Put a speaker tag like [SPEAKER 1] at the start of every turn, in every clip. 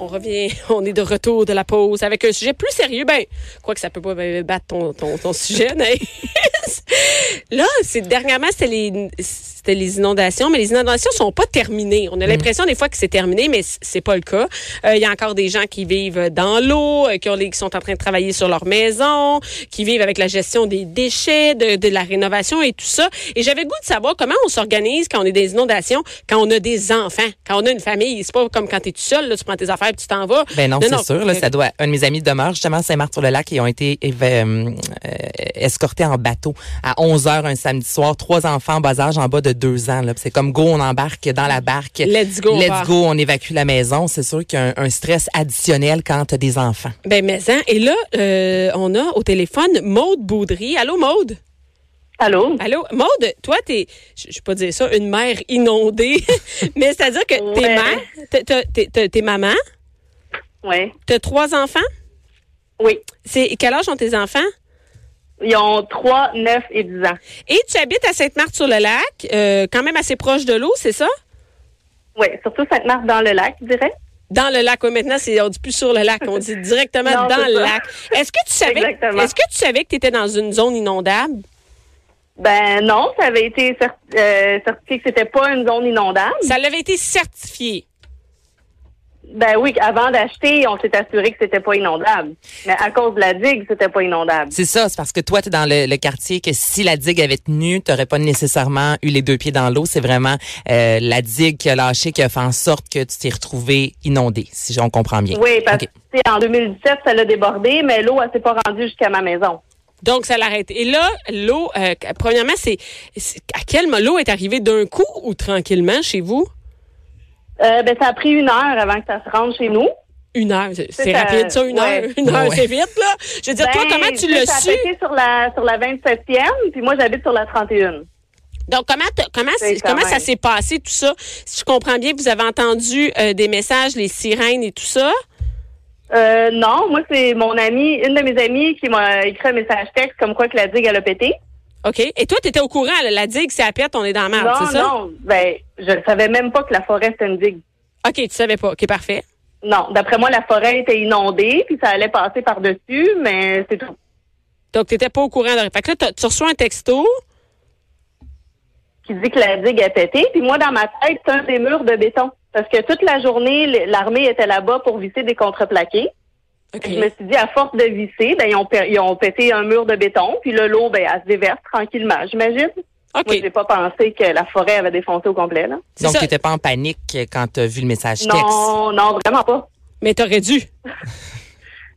[SPEAKER 1] on revient, on est de retour de la pause avec un sujet plus sérieux. Ben, quoi que ça peut pas ben, battre ton, ton, ton sujet, mais là, c'est dernièrement, c'était les, c'était les inondations, mais les inondations sont pas terminées.
[SPEAKER 2] Mm.
[SPEAKER 1] On a l'impression des fois que c'est terminé, mais c- c'est pas le cas. Euh, Il y a encore des gens qui vivent dans l'eau, euh, qui, ont les- qui sont en train de travailler sur leur maison, qui vivent avec la gestion des déchets, de, de la rénovation et tout ça. Et j'avais le goût de savoir comment on s'organise quand on est des inondations, quand on a des enfants, quand on a une famille. C'est pas comme quand tu es tout seul, là, tu prends tes affaires et tu t'en vas.
[SPEAKER 2] Ben non,
[SPEAKER 1] Non,
[SPEAKER 2] c'est
[SPEAKER 1] non,
[SPEAKER 2] sûr. Là,
[SPEAKER 1] euh,
[SPEAKER 2] ça doit. Un de mes amis demeure justement à Saint-Martin-sur-le-Lac et ont été éva- euh, euh, escortés en bateau à 11 h un samedi soir. Trois enfants en bas âge, en bas de deux ans. là. Puis C'est comme go, on embarque dans la barque.
[SPEAKER 1] Let's go, on part.
[SPEAKER 2] Let's go, on évacue la maison. C'est sûr qu'il y a un, un stress additionnel quand t'as des enfants.
[SPEAKER 1] Ben, mais hein, Et là, euh, on a au téléphone Maude Baudry. Allô, Maude?
[SPEAKER 3] Allô?
[SPEAKER 1] Allô? Maude, toi, t'es, je je vais pas dire ça, une mère inondée, mais c'est-à-dire que t'es
[SPEAKER 3] Ouais.
[SPEAKER 1] mère, t'es- t'es- t'es- t'es- t'es maman,
[SPEAKER 3] Ouais.
[SPEAKER 1] t'as trois enfants?
[SPEAKER 3] Oui.
[SPEAKER 1] C'est, quel âge ont tes enfants?
[SPEAKER 3] Ils ont 3, 9 et 10 ans.
[SPEAKER 1] Et tu habites à Sainte-Marthe-sur-le-Lac, euh, quand même assez proche de l'eau, c'est ça?
[SPEAKER 3] Oui, surtout Sainte-Marthe dans le lac, je dirais.
[SPEAKER 1] Dans le lac. Ouais, maintenant, c'est, on dit plus sur le lac, on dit directement
[SPEAKER 3] Non,
[SPEAKER 1] dans
[SPEAKER 3] c'est
[SPEAKER 1] le
[SPEAKER 3] ça.
[SPEAKER 1] lac. Est-ce que tu savais,
[SPEAKER 3] Exactement.
[SPEAKER 1] est-ce que tu savais que t'étais dans une zone inondable?
[SPEAKER 3] Ben non, ça avait été cer- euh, certifié que c'était pas une zone inondable.
[SPEAKER 1] Ça l'avait été certifié.
[SPEAKER 3] Ben oui, avant d'acheter, on s'est assuré que c'était pas inondable. Mais à cause de la digue, c'était pas inondable.
[SPEAKER 2] C'est ça, c'est parce que toi, tu es dans le, le quartier que si la digue avait tenu, tu pas nécessairement eu les deux pieds dans l'eau. C'est vraiment euh, la digue qui a lâché, qui a fait en sorte que tu t'es retrouvé inondé, si on comprend bien.
[SPEAKER 3] Oui, parce
[SPEAKER 2] Ok.
[SPEAKER 3] que tu sais, en 2017, ça l'a débordé, mais l'eau, elle s'est pas rendue jusqu'à ma maison.
[SPEAKER 1] Donc, ça l'arrête. Et là, l'eau, euh, premièrement, c'est c'est- à quel moment l'eau est arrivée d'un coup ou tranquillement chez vous?
[SPEAKER 3] Euh, ben ça a pris une heure avant que ça se rende chez nous.
[SPEAKER 1] Une heure. C'est- C'est
[SPEAKER 3] C'est, euh,
[SPEAKER 1] rapide, ça, une
[SPEAKER 3] ouais.
[SPEAKER 1] heure. Une heure,
[SPEAKER 2] Ouais.
[SPEAKER 1] c'est vite, là. Je veux dire, toi,
[SPEAKER 3] Ben,
[SPEAKER 1] comment tu
[SPEAKER 3] sais,
[SPEAKER 1] l'as
[SPEAKER 3] ça a
[SPEAKER 1] su?
[SPEAKER 3] pété sur la sur la 27e, puis moi j'habite sur la 31.
[SPEAKER 1] Donc, comment, t'as- comment,
[SPEAKER 3] C'est
[SPEAKER 1] c'est-
[SPEAKER 3] quand
[SPEAKER 1] comment ça
[SPEAKER 3] même.
[SPEAKER 1] s'est passé, tout ça? Si je comprends bien, vous avez entendu euh, des messages, les sirènes et tout ça.
[SPEAKER 3] Euh, non, moi, c'est mon amie, une de mes amies qui m'a écrit un message texte comme quoi que la digue, elle a pété.
[SPEAKER 1] OK. Et toi, t'étais au courant, là, la digue, c'est à pète, on est dans la merde,
[SPEAKER 3] non,
[SPEAKER 1] Ah, c'est ça?
[SPEAKER 3] non, ben, je ne savais même pas que la forêt, c'était une digue.
[SPEAKER 1] OK, tu savais pas. OK, parfait.
[SPEAKER 3] Non, d'après moi, la forêt était inondée, puis ça allait passer par-dessus, mais c'est tout.
[SPEAKER 1] Donc, t'étais pas au courant. De... Fait que là, t'as- tu reçois un texto.
[SPEAKER 3] Qui dit que la digue a pété, puis moi, dans ma tête, c'est un des murs de béton. Parce que toute la journée, l- l'armée était là-bas pour visser des contreplaqués.
[SPEAKER 1] OK.
[SPEAKER 3] Puis Je me suis dit, à force de visser, ben, ils ont, pe- ils ont pété un mur de béton, puis là, l'eau, ben, elle se déverse tranquillement, j'imagine. Moi,
[SPEAKER 1] OK.
[SPEAKER 3] j'ai pas pensé que la forêt avait défoncé au complet, là.
[SPEAKER 1] C'est
[SPEAKER 2] Donc,
[SPEAKER 1] ça.
[SPEAKER 2] tu pas en panique quand tu as vu le message texte.
[SPEAKER 3] Non, non, vraiment pas.
[SPEAKER 1] Mais t'aurais dû.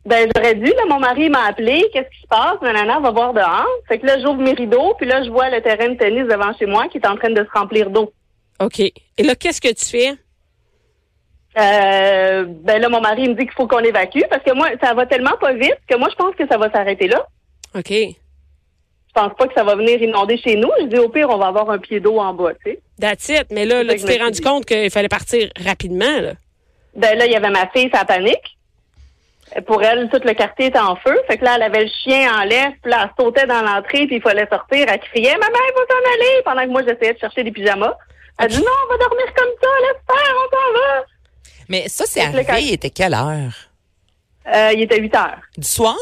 [SPEAKER 3] Ben, j'aurais dû, là, mon mari m'a appelé, qu'est-ce qui se passe? Nanana, va voir dehors. Fait que là, j'ouvre mes rideaux, puis là, je vois le terrain de tennis devant chez moi qui est en train de se remplir d'eau.
[SPEAKER 1] OK. Et là, qu'est-ce que tu fais?
[SPEAKER 3] Euh, ben là, mon mari me dit qu'il faut qu'on évacue parce que moi, ça va tellement pas vite que moi, je pense que ça va s'arrêter là.
[SPEAKER 1] OK.
[SPEAKER 3] Je pense pas que ça va venir inonder chez nous. Je dis, au pire, on va avoir un pied d'eau en bas, tu sais.
[SPEAKER 1] That's it. Mais là, là
[SPEAKER 3] C'est ça que
[SPEAKER 1] tu t'es
[SPEAKER 3] je me suis
[SPEAKER 1] rendu
[SPEAKER 3] dit.
[SPEAKER 1] compte qu'il fallait partir rapidement. Là.
[SPEAKER 3] Ben là, il y avait ma fille, ça panique. Pour elle, tout le quartier était en feu. Fait que là, elle avait le chien en laisse, puis là, elle sautait dans l'entrée, puis il fallait sortir. Elle criait, maman, il faut s'en aller, pendant que moi, j'essayais de chercher des pyjamas. Elle dit, Ah, non, on va dormir comme ça, laisse faire, on s'en va.
[SPEAKER 2] Mais ça, c'est
[SPEAKER 3] Donc, le
[SPEAKER 2] arrivé,
[SPEAKER 3] cas-
[SPEAKER 2] il était quelle heure?
[SPEAKER 3] Euh, il était 8 heures.
[SPEAKER 2] Du soir?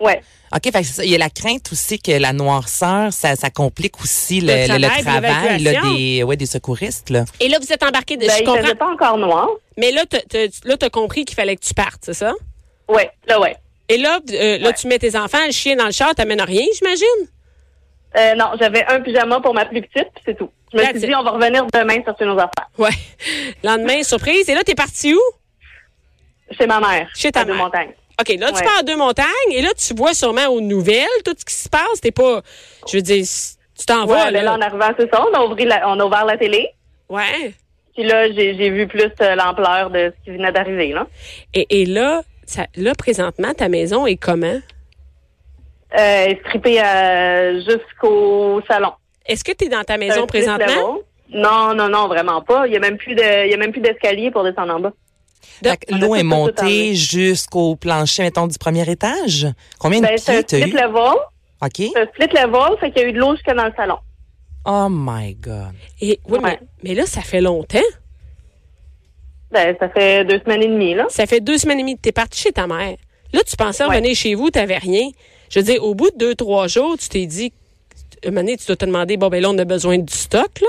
[SPEAKER 3] Ouais.
[SPEAKER 2] OK, fait que c'est ça, il y a la crainte aussi que la noirceur, ça, ça complique aussi le,
[SPEAKER 1] Le
[SPEAKER 2] le- le
[SPEAKER 1] travail,
[SPEAKER 2] travail là,
[SPEAKER 1] l'évacuation.
[SPEAKER 2] des, ouais, des secouristes. Là.
[SPEAKER 1] Et là, vous êtes embarqué. De,
[SPEAKER 3] Ben,
[SPEAKER 1] je
[SPEAKER 3] il faisait
[SPEAKER 1] comprends.
[SPEAKER 3] pas encore noir.
[SPEAKER 1] Mais là, t'as- t'as- là, tu as compris qu'il fallait que tu partes, c'est ça?
[SPEAKER 3] Ouais, là, ouais.
[SPEAKER 1] Et là, euh, là tu mets tes enfants, le chien dans le char, t'amènes rien, j'imagine?
[SPEAKER 3] Euh, non, j'avais un pyjama pour ma plus petite, puis c'est tout. Je me
[SPEAKER 1] That's
[SPEAKER 3] suis
[SPEAKER 1] it.
[SPEAKER 3] dit, on va revenir demain chercher nos affaires.
[SPEAKER 1] Ouais. Lendemain, surprise. Et là, t'es parti où?
[SPEAKER 3] Chez ma mère.
[SPEAKER 1] Chez ta
[SPEAKER 3] à Deux
[SPEAKER 1] mère.
[SPEAKER 3] Montagnes.
[SPEAKER 1] OK, là, tu
[SPEAKER 3] Ouais.
[SPEAKER 1] pars à deux montagnes et là, tu vois sûrement aux nouvelles tout ce qui se passe. T'es pas. Je veux dire, tu t'en
[SPEAKER 3] Ouais,
[SPEAKER 1] vas,
[SPEAKER 3] ben
[SPEAKER 1] là.
[SPEAKER 3] là, en arrivant, c'est ça. On a, ouvri la- on a ouvert la télé.
[SPEAKER 1] Ouais.
[SPEAKER 3] Puis là, j'ai j'ai vu plus euh, l'ampleur de ce qui venait d'arriver, là.
[SPEAKER 1] Et, et là, ça, là, présentement, ta maison est comment?
[SPEAKER 3] Euh, stripé euh, jusqu'au salon.
[SPEAKER 1] Est-ce que tu es dans ta
[SPEAKER 3] Un
[SPEAKER 1] maison
[SPEAKER 3] split
[SPEAKER 1] présentement?
[SPEAKER 3] level. Non, non, non, vraiment pas. Il y a même plus de, il y a même plus d'escalier pour descendre en bas.
[SPEAKER 2] Fait que
[SPEAKER 3] on a
[SPEAKER 2] L'eau
[SPEAKER 3] tout,
[SPEAKER 2] est
[SPEAKER 3] tout, tout
[SPEAKER 2] montée
[SPEAKER 3] enlevé.
[SPEAKER 2] jusqu'au plancher, mettons, du premier étage. Combien
[SPEAKER 3] Ben,
[SPEAKER 2] de
[SPEAKER 3] c'est un
[SPEAKER 2] pieds t'as
[SPEAKER 3] split
[SPEAKER 2] eu?
[SPEAKER 3] level.
[SPEAKER 2] OK.
[SPEAKER 3] C'est un split level, fait qu'il y a eu de l'eau jusque dans le salon.
[SPEAKER 2] Oh my God.
[SPEAKER 1] Et, oui,
[SPEAKER 3] Ouais.
[SPEAKER 1] mais, mais là, ça fait longtemps.
[SPEAKER 3] Ben, ça fait deux semaines et demie, là.
[SPEAKER 1] Ça fait deux semaines et demie que tu es parti chez ta mère. Là, tu pensais
[SPEAKER 3] Ouais.
[SPEAKER 1] revenir chez vous, tu n'avais rien. Je veux dire, au bout de deux, trois jours, tu t'es dit, une année, tu dois te demander, bon, ben là, on a besoin du stock, là.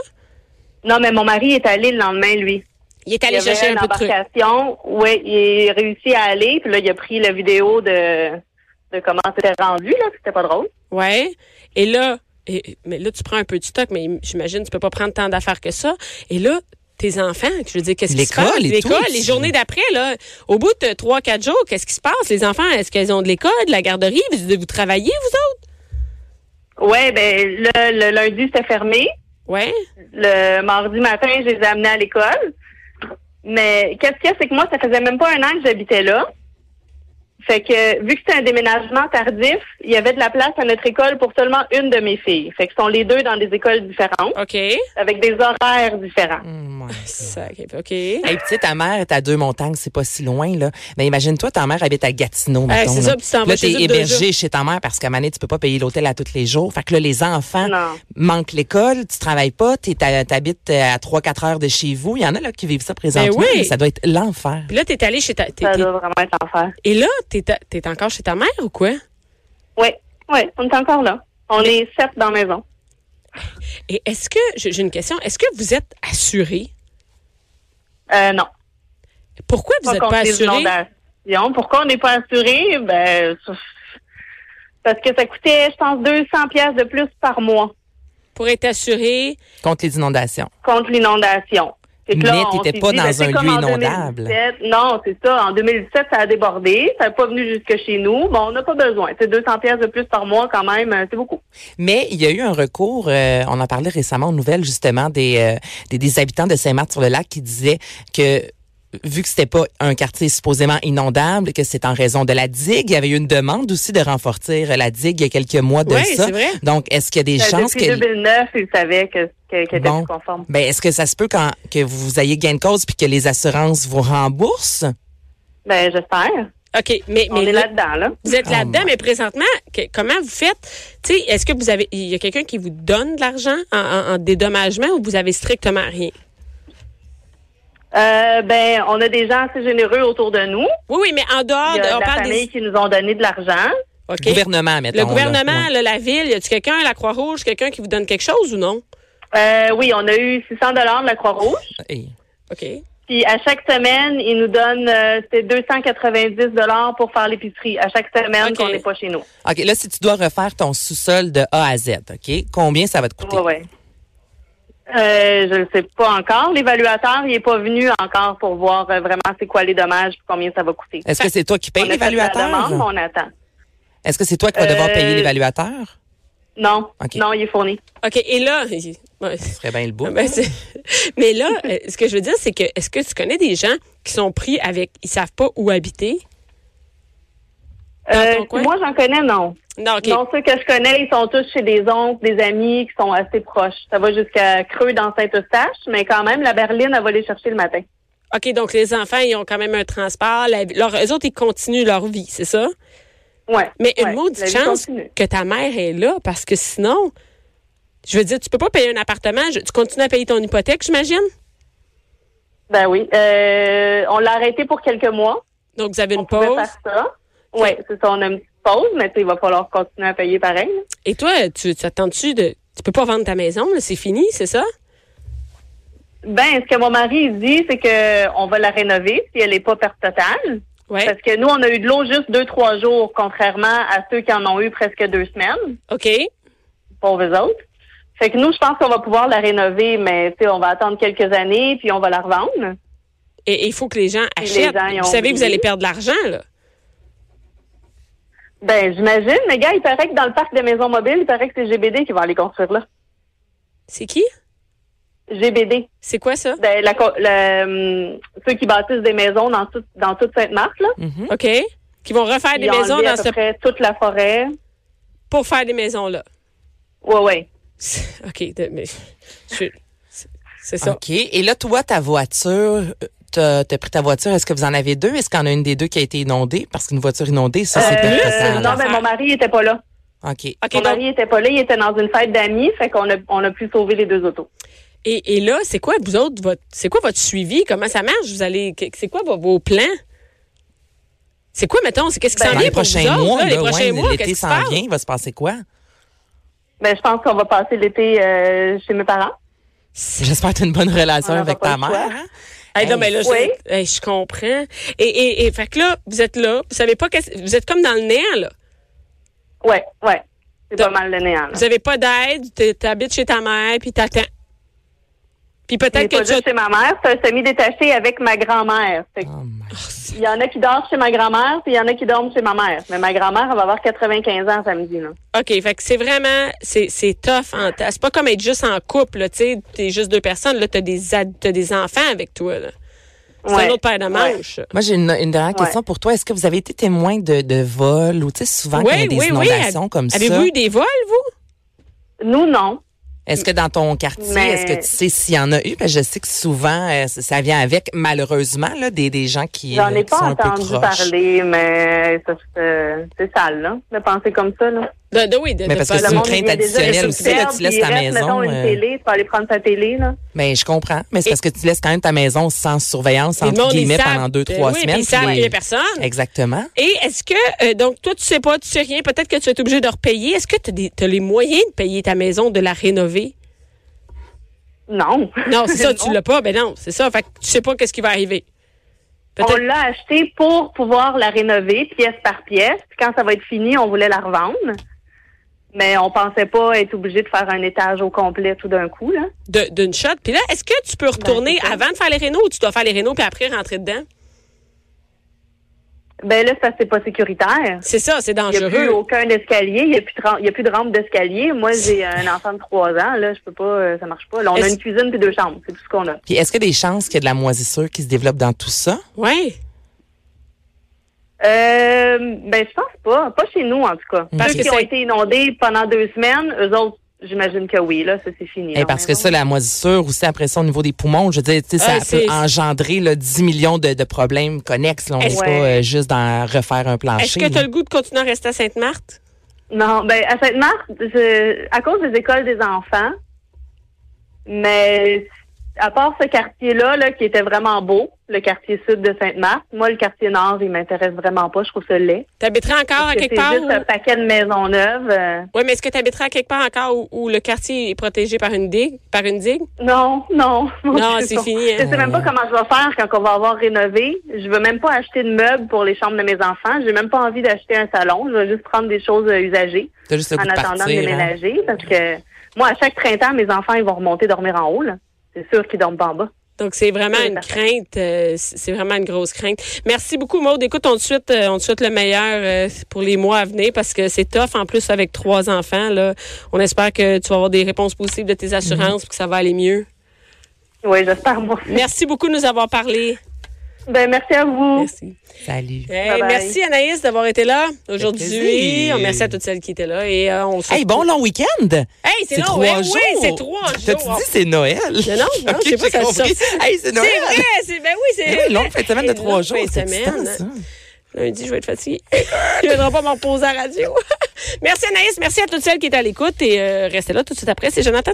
[SPEAKER 3] Non, mais mon mari est allé le lendemain, lui.
[SPEAKER 1] Il est
[SPEAKER 3] Il y
[SPEAKER 1] allé
[SPEAKER 3] avait
[SPEAKER 1] chercher un
[SPEAKER 3] une
[SPEAKER 1] peu de trucs.
[SPEAKER 3] embarcation. Oui, il a réussi à aller. Puis là, il a pris la vidéo de, de comment c'était rendu, là. puis C'était pas drôle.
[SPEAKER 1] Ouais. Et là, et- mais là, tu prends un peu de stock, mais j'imagine tu peux pas prendre tant d'affaires que ça. Et là, tes enfants, je veux dire, qu'est-ce qui se
[SPEAKER 2] L'école
[SPEAKER 1] passe?
[SPEAKER 2] et
[SPEAKER 1] L'école,
[SPEAKER 2] tout,
[SPEAKER 1] les
[SPEAKER 2] tu-
[SPEAKER 1] journées d'après, là, au bout de trois, quatre jours, qu'est-ce qui se passe? Les enfants, est-ce qu'ils ont de l'école, de la garderie? Vous, vous travaillez, vous autres?
[SPEAKER 3] Ouais, ben, le, le lundi, c'était fermé.
[SPEAKER 1] Ouais.
[SPEAKER 3] Le mardi matin, je les ai amenés à l'école. Mais qu'est-ce qu'il y a, c'est que moi, ça faisait même pas un an que j'habitais là. Fait que, vu que c'était un déménagement tardif, il y avait de la place à notre école pour seulement une de mes filles. Fait que sont les deux dans des écoles différentes,
[SPEAKER 1] OK.
[SPEAKER 3] avec des horaires différents.
[SPEAKER 2] Oh my God.
[SPEAKER 1] Ça, OK. Hey,
[SPEAKER 2] Hey, tu sais, ta mère est à deux montagnes, c'est pas si loin, là. Mais imagine-toi, ta mère habite à Gatineau, mettons.
[SPEAKER 1] c'est
[SPEAKER 2] là.
[SPEAKER 1] ça, puis tu t'en vas
[SPEAKER 2] Là,
[SPEAKER 1] chez
[SPEAKER 2] t'es
[SPEAKER 1] eux deux
[SPEAKER 2] hébergé chez ta mère parce qu'à Mané, tu peux pas payer l'hôtel à tous les jours. Fait que là, les
[SPEAKER 1] Ah,
[SPEAKER 2] enfants
[SPEAKER 3] Non.
[SPEAKER 2] manquent l'école, tu travailles pas, t'es à- t'habites euh, à 3-4 heures de chez vous. Il y en a, là, qui vivent ça présentement.
[SPEAKER 1] Ben oui.
[SPEAKER 2] mais Ça doit être l'enfer.
[SPEAKER 1] Puis là, t'es allé chez ta. t'es-
[SPEAKER 3] Ça
[SPEAKER 1] t'es-
[SPEAKER 3] doit vraiment être l'enfer.
[SPEAKER 1] et là, t'es, ta- t'es encore chez ta mère ou quoi?
[SPEAKER 3] Oui, oui, on est encore là. On est sept dans la maison.
[SPEAKER 1] Et est-ce que, j'ai j'ai une question, est-ce que vous êtes assuré?
[SPEAKER 3] Euh, non.
[SPEAKER 1] Pourquoi vous n'êtes
[SPEAKER 3] contre
[SPEAKER 1] pas
[SPEAKER 3] les
[SPEAKER 1] assuré?
[SPEAKER 3] inondations. Pourquoi on n'est pas assuré? Ben, parce que ça coûtait, je pense, 200 pièces de plus par mois
[SPEAKER 1] Pour être assuré,
[SPEAKER 2] Contre les inondations.
[SPEAKER 3] contre l'inondation. Fait que là,
[SPEAKER 2] Mais
[SPEAKER 3] on
[SPEAKER 2] t'étais
[SPEAKER 3] s'est
[SPEAKER 2] pas
[SPEAKER 3] dit,
[SPEAKER 2] dans
[SPEAKER 3] ben, c'est
[SPEAKER 2] un
[SPEAKER 3] comme
[SPEAKER 2] lieu
[SPEAKER 3] en
[SPEAKER 2] inondable.
[SPEAKER 3] 2017. Non, c'est ça. En 2017, ça a débordé. Ça n'est pas venu jusque chez nous. Bon, on n'a pas besoin. C'est 200 pièces de plus par mois quand même. euh, C'est beaucoup.
[SPEAKER 2] Mais il y a eu un recours, euh, on en parlait récemment aux nouvelles justement des, euh, des, des habitants de Saint-Marthe-sur-le-Lac qui disaient que vu que c'était pas un quartier supposément inondable, que c'est en raison de la digue, il y avait eu une demande aussi de renforcer euh, la digue il y a quelques mois de
[SPEAKER 1] Ouais,
[SPEAKER 2] ça.
[SPEAKER 1] c'est vrai.
[SPEAKER 2] Donc est-ce qu'il y a des
[SPEAKER 3] Euh,
[SPEAKER 2] chances
[SPEAKER 3] Depuis
[SPEAKER 2] que
[SPEAKER 3] 2009, ils savaient que, que, qu'elle était
[SPEAKER 2] Bon.
[SPEAKER 3] plus conforme.
[SPEAKER 2] ben est-ce que ça se peut quand que vous ayez gain de cause puis que les assurances vous remboursent
[SPEAKER 3] Ben, j'espère.
[SPEAKER 1] OK, mais,
[SPEAKER 3] on
[SPEAKER 1] mais
[SPEAKER 3] est
[SPEAKER 1] là-
[SPEAKER 3] là-dedans, là.
[SPEAKER 1] Vous êtes
[SPEAKER 2] Oh
[SPEAKER 1] là-dedans,
[SPEAKER 2] my-
[SPEAKER 1] mais présentement, que- comment vous faites? Tu sais, est-ce que vous avez, il y a quelqu'un qui vous donne de l'argent en, en- en dédommagement ou vous avez strictement rien?
[SPEAKER 3] Euh, ben, on a des gens assez généreux autour de nous.
[SPEAKER 1] Oui, oui, mais en dehors,
[SPEAKER 3] Il y
[SPEAKER 1] Ah, de-
[SPEAKER 3] a
[SPEAKER 1] on
[SPEAKER 3] de la
[SPEAKER 1] parle
[SPEAKER 3] famille
[SPEAKER 1] des.
[SPEAKER 3] qui nous ont donné de l'argent.
[SPEAKER 1] OK.
[SPEAKER 2] Le gouvernement mettons.
[SPEAKER 1] Le
[SPEAKER 2] là.
[SPEAKER 1] gouvernement,
[SPEAKER 2] Ouais.
[SPEAKER 1] là, la ville, y a-tu quelqu'un, la Croix-Rouge, quelqu'un qui vous donne quelque chose ou non?
[SPEAKER 3] Euh, oui, on a eu 600 dollars de la Croix-Rouge.
[SPEAKER 2] Hey.
[SPEAKER 1] OK.
[SPEAKER 3] Puis à chaque semaine, ils nous donnent euh, c'est 290 dollars pour faire l'épicerie. À chaque semaine
[SPEAKER 1] Ok.
[SPEAKER 3] qu'on n'est pas chez nous.
[SPEAKER 2] OK, là si tu dois refaire ton sous-sol de A à Z, OK, combien ça va te coûter
[SPEAKER 3] Ouais, ouais. Euh, je ne sais pas encore. L'évaluateur, il n'est pas venu encore pour voir euh, vraiment c'est quoi les dommages, puis combien ça va coûter.
[SPEAKER 2] Est-ce que c'est toi qui
[SPEAKER 3] On
[SPEAKER 1] Eh ben,
[SPEAKER 2] paye
[SPEAKER 3] a fait la
[SPEAKER 2] l'évaluateur
[SPEAKER 3] demande, On attend.
[SPEAKER 2] Est-ce que c'est toi qui vas devoir
[SPEAKER 3] Euh,
[SPEAKER 2] payer l'évaluateur?
[SPEAKER 3] Non,
[SPEAKER 2] Ok.
[SPEAKER 3] non, il est fourni.
[SPEAKER 1] OK. Et là, il- ouais.
[SPEAKER 2] Très bien le bout.
[SPEAKER 1] Ben, c'est- mais là, euh, ce que je veux dire, c'est que, est-ce que tu connais des gens qui sont pris avec, ils savent pas où habiter?
[SPEAKER 3] Euh,
[SPEAKER 1] ton coin?
[SPEAKER 3] moi, j'en connais, non.
[SPEAKER 1] Non, OK.
[SPEAKER 3] Non, ceux que je connais, ils sont tous chez des oncles, des amis qui sont assez proches. Ça va jusqu'à Creux dans Saint-Eustache, mais quand même, la berline, elle va les chercher le matin.
[SPEAKER 1] OK, donc les enfants, ils ont quand même un transport. La, leur, eux autres, ils continuent leur vie, c'est ça?
[SPEAKER 3] Ouais.
[SPEAKER 1] Mais
[SPEAKER 3] Ouais,
[SPEAKER 1] une maudite
[SPEAKER 3] la vie
[SPEAKER 1] chance
[SPEAKER 3] continue.
[SPEAKER 1] que ta mère est là, parce que sinon, je veux dire, tu peux pas payer un appartement, je- tu continues à payer ton hypothèque, j'imagine?
[SPEAKER 3] Ben oui. Euh, on l'a arrêté pour quelques mois.
[SPEAKER 1] Donc, vous avez
[SPEAKER 3] On
[SPEAKER 1] une
[SPEAKER 3] pouvait
[SPEAKER 1] pause.
[SPEAKER 3] faire ça. Oui, c'est ça, on a une petite pause, mais tu sais, il va falloir continuer à payer pareil. là.
[SPEAKER 1] Et toi, tu t'attends-tu de. Tu peux pas vendre ta maison, là, c'est fini, c'est ça?
[SPEAKER 3] Ben, ce que mon mari il dit, c'est que on va la rénover si elle n'est pas perte totale.
[SPEAKER 1] Ouais.
[SPEAKER 3] Parce que nous, on a eu de l'eau juste deux, trois jours, contrairement à ceux qui en ont eu presque deux semaines.
[SPEAKER 1] OK.
[SPEAKER 3] pauvres autres. Fait que nous, je pense qu'on va pouvoir la rénover, mais tu sais, on va attendre quelques années, puis on va la revendre.
[SPEAKER 1] Et il faut que les gens
[SPEAKER 3] les
[SPEAKER 1] achètent.
[SPEAKER 3] gens, ils
[SPEAKER 1] vous
[SPEAKER 3] ont
[SPEAKER 1] savez que vous
[SPEAKER 3] oublié.
[SPEAKER 1] allez perdre de l'argent, là.
[SPEAKER 3] Ben, j'imagine, mais gars, il paraît que dans le parc des maisons mobiles, il paraît que c'est GBD qui va aller construire là.
[SPEAKER 1] C'est qui?
[SPEAKER 3] GBD.
[SPEAKER 1] C'est quoi ça?
[SPEAKER 3] Ben, la co- la, hum, ceux qui bâtissent des maisons dans, tout- dans toute Sainte-Marthe, là.
[SPEAKER 2] Mhm.
[SPEAKER 1] OK. Qui vont refaire Ah, des
[SPEAKER 3] Ils ont
[SPEAKER 1] maisons
[SPEAKER 3] enlevé
[SPEAKER 1] dans
[SPEAKER 3] à peu
[SPEAKER 1] ce...
[SPEAKER 3] près toute la forêt.
[SPEAKER 1] pour faire des maisons là.
[SPEAKER 3] Ouais, ouais.
[SPEAKER 1] OK, de- mais je- c'est- c'est ça.
[SPEAKER 2] OK. Et là, toi, ta voiture, t'as as pris ta voiture. Est-ce que vous en avez deux? Est-ce qu'il y en a une des deux qui a été inondée? Parce qu'une voiture inondée, ça, c'est
[SPEAKER 3] Euh,
[SPEAKER 2] pas
[SPEAKER 3] non, ben, mon mari était pas là.
[SPEAKER 2] OK.
[SPEAKER 1] OK,
[SPEAKER 3] Ah. mon
[SPEAKER 1] donc-
[SPEAKER 3] mari était pas là. Il était dans une fête d'amis. Fait qu'on a, on a pu sauver les deux autos.
[SPEAKER 1] et, et là, c'est quoi vous autres votre c'est quoi votre suivi, comment ça marche, vous allez que- c'est quoi vos, vos plans C'est quoi mettons, c'est qu'est-ce qui
[SPEAKER 3] Ben,
[SPEAKER 1] s'en
[SPEAKER 2] Dans
[SPEAKER 1] vient
[SPEAKER 2] les
[SPEAKER 1] pour vous
[SPEAKER 2] prochains
[SPEAKER 1] autres,
[SPEAKER 2] mois,
[SPEAKER 1] là, les
[SPEAKER 2] là,
[SPEAKER 1] prochains
[SPEAKER 2] ouais,
[SPEAKER 1] mois, qu'est-ce
[SPEAKER 2] l'été
[SPEAKER 1] qui se passe
[SPEAKER 2] s'en vient, il va se passer quoi?
[SPEAKER 3] Ben, je pense qu'on va passer l'été euh, chez mes parents.
[SPEAKER 2] J'espère que tu as une bonne relation
[SPEAKER 3] On n'aura
[SPEAKER 2] avec
[SPEAKER 3] pas
[SPEAKER 2] ta
[SPEAKER 3] le choix.
[SPEAKER 2] mère. hein?
[SPEAKER 1] Hey, non, mais là, je,
[SPEAKER 3] Oui.
[SPEAKER 1] hey, je comprends. Et, et, et fait que là, vous êtes là, vous savez pas qu'est-ce- vous êtes comme dans le néant là.
[SPEAKER 3] Ouais, ouais. C'est
[SPEAKER 1] Donc,
[SPEAKER 3] pas mal le néant. là.
[SPEAKER 1] Vous avez pas d'aide, t'es- t'habites chez ta mère puis t'attends. Puis
[SPEAKER 3] Mais
[SPEAKER 1] peut-être
[SPEAKER 3] pas
[SPEAKER 1] que tu
[SPEAKER 3] juste chez ma mère, c'est un semi-détaché avec ma grand-mère. Fait que
[SPEAKER 2] Oh my
[SPEAKER 1] Ah,
[SPEAKER 3] Il y en a qui dorment chez ma grand-mère, puis il y en a qui dorment chez ma mère. Mais ma grand-mère, elle va avoir 95 ans samedi. Là.
[SPEAKER 1] OK, fait que c'est vraiment, c'est, c'est tough. En ta- c'est pas comme être juste en couple, là, tu sais, t'es juste deux personnes, là, t'as des, ad- t'as des enfants avec toi, là. C'est
[SPEAKER 3] Ouais.
[SPEAKER 1] un autre paire de manches.
[SPEAKER 2] Moi, j'ai une, une dernière question pour toi. Est-ce que vous avez été témoin de, de vols ou, tu sais, souvent quand il y a des inondations
[SPEAKER 1] Hab-
[SPEAKER 2] comme ça?
[SPEAKER 1] Avez-vous eu des vols, vous?
[SPEAKER 3] Nous, non.
[SPEAKER 2] Est-ce que dans ton quartier,
[SPEAKER 3] Mais-
[SPEAKER 2] est-ce que tu sais s'il y en a eu? Parce que je sais que souvent, euh, ça- ça vient avec, malheureusement, là, des, des gens qui,
[SPEAKER 3] J'en
[SPEAKER 2] euh,
[SPEAKER 3] ai
[SPEAKER 2] qui sont
[SPEAKER 3] pas
[SPEAKER 2] un peu
[SPEAKER 3] entendu
[SPEAKER 2] croches.
[SPEAKER 3] parler, mais ça, c'est c'est sale, là, de penser comme ça. Là.
[SPEAKER 1] De, de- oui, de,
[SPEAKER 2] Mais
[SPEAKER 1] de
[SPEAKER 2] parce
[SPEAKER 1] pas-
[SPEAKER 2] que c'est
[SPEAKER 1] le
[SPEAKER 2] une
[SPEAKER 1] monde-
[SPEAKER 2] crainte
[SPEAKER 3] il est déjà
[SPEAKER 2] additionnelle
[SPEAKER 3] sur
[SPEAKER 2] aussi, là,
[SPEAKER 3] terre,
[SPEAKER 2] tu laisses
[SPEAKER 3] puis il
[SPEAKER 2] ta
[SPEAKER 3] reste,
[SPEAKER 2] maison,
[SPEAKER 3] mettons, une
[SPEAKER 2] euh,
[SPEAKER 3] télé, tu vas aller prendre sa télé, là.
[SPEAKER 2] Mais Ben, je comprends. Mais c'est
[SPEAKER 1] Et-
[SPEAKER 2] parce que tu laisses quand même ta maison sans surveillance,
[SPEAKER 1] le
[SPEAKER 2] entre
[SPEAKER 1] monde, ils
[SPEAKER 2] guillemets,
[SPEAKER 1] savent-
[SPEAKER 2] pendant deux,
[SPEAKER 1] euh,
[SPEAKER 2] trois
[SPEAKER 1] oui,
[SPEAKER 2] semaines.
[SPEAKER 1] puis ils savent
[SPEAKER 2] puis-
[SPEAKER 1] qu'il y a personne.
[SPEAKER 2] Exactement.
[SPEAKER 1] Et est-ce que, euh, donc, toi, tu sais pas, tu sais rien, peut-être que tu vas être obligé de repayer. Est-ce que t'as, des, t'as les moyens de payer ta maison, de la rénover?
[SPEAKER 3] Non.
[SPEAKER 1] Non, c'est ça, tu l'as pas. Ben non, c'est ça. Fait que tu sais pas qu'est-ce qui va arriver.
[SPEAKER 3] On
[SPEAKER 1] Peut-être.
[SPEAKER 3] l'a acheté pour pouvoir la rénover pièce par pièce. Puis quand ça va être fini, on voulait la revendre. Mais on pensait pas être obligé de faire un étage au complet tout d'un coup, là.
[SPEAKER 1] de- d'une shot. Puis là, est-ce que tu peux retourner
[SPEAKER 3] c'est ça.
[SPEAKER 1] avant de faire les rénaux ou tu dois faire les rénaux puis après rentrer dedans?
[SPEAKER 3] Ben là, ça, c'est pas sécuritaire.
[SPEAKER 1] C'est ça, c'est
[SPEAKER 3] Il n'y a plus
[SPEAKER 1] dangereux.
[SPEAKER 3] aucun escalier, il n'y a, plus de ram- il y a plus de rampe d'escalier. Moi, j'ai un enfant de 3 ans, là, je peux pas, euh, ça marche pas. Là, on a
[SPEAKER 1] Est-ce-
[SPEAKER 3] une cuisine puis deux chambres, c'est tout ce qu'on a.
[SPEAKER 2] Puis est-ce qu'il y a des chances qu'il y ait de la moisissure qui se développe dans tout ça?
[SPEAKER 1] Oui.
[SPEAKER 3] Euh, ben, je pense pas. Pas chez nous, en tout cas.
[SPEAKER 2] Mm.
[SPEAKER 1] Parce
[SPEAKER 3] Ceux
[SPEAKER 1] que
[SPEAKER 3] qui ont
[SPEAKER 1] c'est-
[SPEAKER 3] été inondés pendant deux semaines, eux autres, j'imagine que oui, là, ça, c'est fini.
[SPEAKER 2] Eh,
[SPEAKER 3] là,
[SPEAKER 2] parce que
[SPEAKER 3] mais
[SPEAKER 2] ça, la moisissure, aussi après ça, au niveau des poumons, je veux dire, tu sais, ça
[SPEAKER 1] Ah,
[SPEAKER 2] peut
[SPEAKER 1] c'est-
[SPEAKER 2] engendrer là, 10 millions de, de problèmes connexes. là. on n'est
[SPEAKER 1] Est-ce-
[SPEAKER 2] pas
[SPEAKER 3] Ouais.
[SPEAKER 2] euh, juste dans refaire un plancher.
[SPEAKER 1] Est-ce que tu
[SPEAKER 2] là.
[SPEAKER 1] as le goût de continuer à rester à Sainte-Marthe?
[SPEAKER 3] Non, ben, à Sainte-Marthe, je- à cause des écoles des enfants, mais à part ce quartier-là, là, qui était vraiment beau, le quartier sud de Sainte-Marthe, moi, le quartier nord, il m'intéresse vraiment pas, je trouve ça laid.
[SPEAKER 1] Tu habiterais encore à
[SPEAKER 3] Parce que
[SPEAKER 1] quelque
[SPEAKER 3] c'est
[SPEAKER 1] part?
[SPEAKER 3] juste un paquet de maisons neuves. euh,
[SPEAKER 1] Oui, mais est-ce que tu habiterais à quelque part encore où, où le quartier est protégé par une digue? Par une digue?
[SPEAKER 3] Non, non.
[SPEAKER 1] Non, c'est fini, hein.
[SPEAKER 3] Je sais même pas comment je vais faire quand on va avoir rénové. Je veux même pas acheter de meubles pour les chambres de mes enfants. J'ai même pas envie d'acheter un salon. Je vais juste prendre des choses euh, usagées
[SPEAKER 2] T'as juste le
[SPEAKER 3] en
[SPEAKER 2] goût de
[SPEAKER 3] attendant
[SPEAKER 2] partir.
[SPEAKER 3] de
[SPEAKER 2] hein?
[SPEAKER 3] déménager parce que moi, à chaque printemps, mes enfants, ils vont remonter dormir en haut, là. C'est sûr qu'ils dorment pas en bas.
[SPEAKER 1] Donc, c'est vraiment
[SPEAKER 3] Oui,
[SPEAKER 1] une
[SPEAKER 3] parfait.
[SPEAKER 1] crainte. euh, c'est c'est vraiment une grosse crainte. Merci beaucoup, Maude. Écoute, on te souhaite, euh, on te souhaite le meilleur euh, pour les mois à venir parce que c'est tough. En plus, avec trois enfants, là, on espère que tu vas avoir des réponses possibles de tes assurances pour que ça va aller mieux.
[SPEAKER 3] Oui, j'espère, moi. aussi.
[SPEAKER 1] Merci beaucoup de nous avoir parlé.
[SPEAKER 3] Ben, merci à vous.
[SPEAKER 1] Merci.
[SPEAKER 2] Salut.
[SPEAKER 1] Hey,
[SPEAKER 3] Bye bye.
[SPEAKER 1] merci Anaïs d'avoir été là aujourd'hui.
[SPEAKER 2] plaisir.
[SPEAKER 1] On merci à toutes celles qui étaient là et euh, on se
[SPEAKER 2] Hey, bon long week-end!
[SPEAKER 1] Hey, c'est
[SPEAKER 2] C'est
[SPEAKER 1] long,
[SPEAKER 2] trois
[SPEAKER 1] ouais,
[SPEAKER 2] jours.
[SPEAKER 1] ouais, c'est trois
[SPEAKER 2] T'as-tu
[SPEAKER 1] jours.
[SPEAKER 2] dit c'est Noël?
[SPEAKER 1] Non, non, non,
[SPEAKER 2] Ok,
[SPEAKER 1] je sais pas,
[SPEAKER 2] j'ai
[SPEAKER 1] ça
[SPEAKER 2] compris.
[SPEAKER 1] sort.
[SPEAKER 2] Hey, c'est
[SPEAKER 1] C'est
[SPEAKER 2] Noël!
[SPEAKER 1] vrai, c'est ben oui,
[SPEAKER 2] Eh
[SPEAKER 1] c'est
[SPEAKER 2] oui, longue fin de semaine de
[SPEAKER 1] Longue
[SPEAKER 2] trois jours.
[SPEAKER 1] fin de
[SPEAKER 2] C'est excitant,
[SPEAKER 1] semaine.
[SPEAKER 2] ça.
[SPEAKER 1] Lundi, je vais être fatiguée. je ne viendrai pas me reposer à la radio. merci Anaïs, merci à toutes celles qui étaient à l'écoute et euh, restez là tout de suite après. C'est Jonathan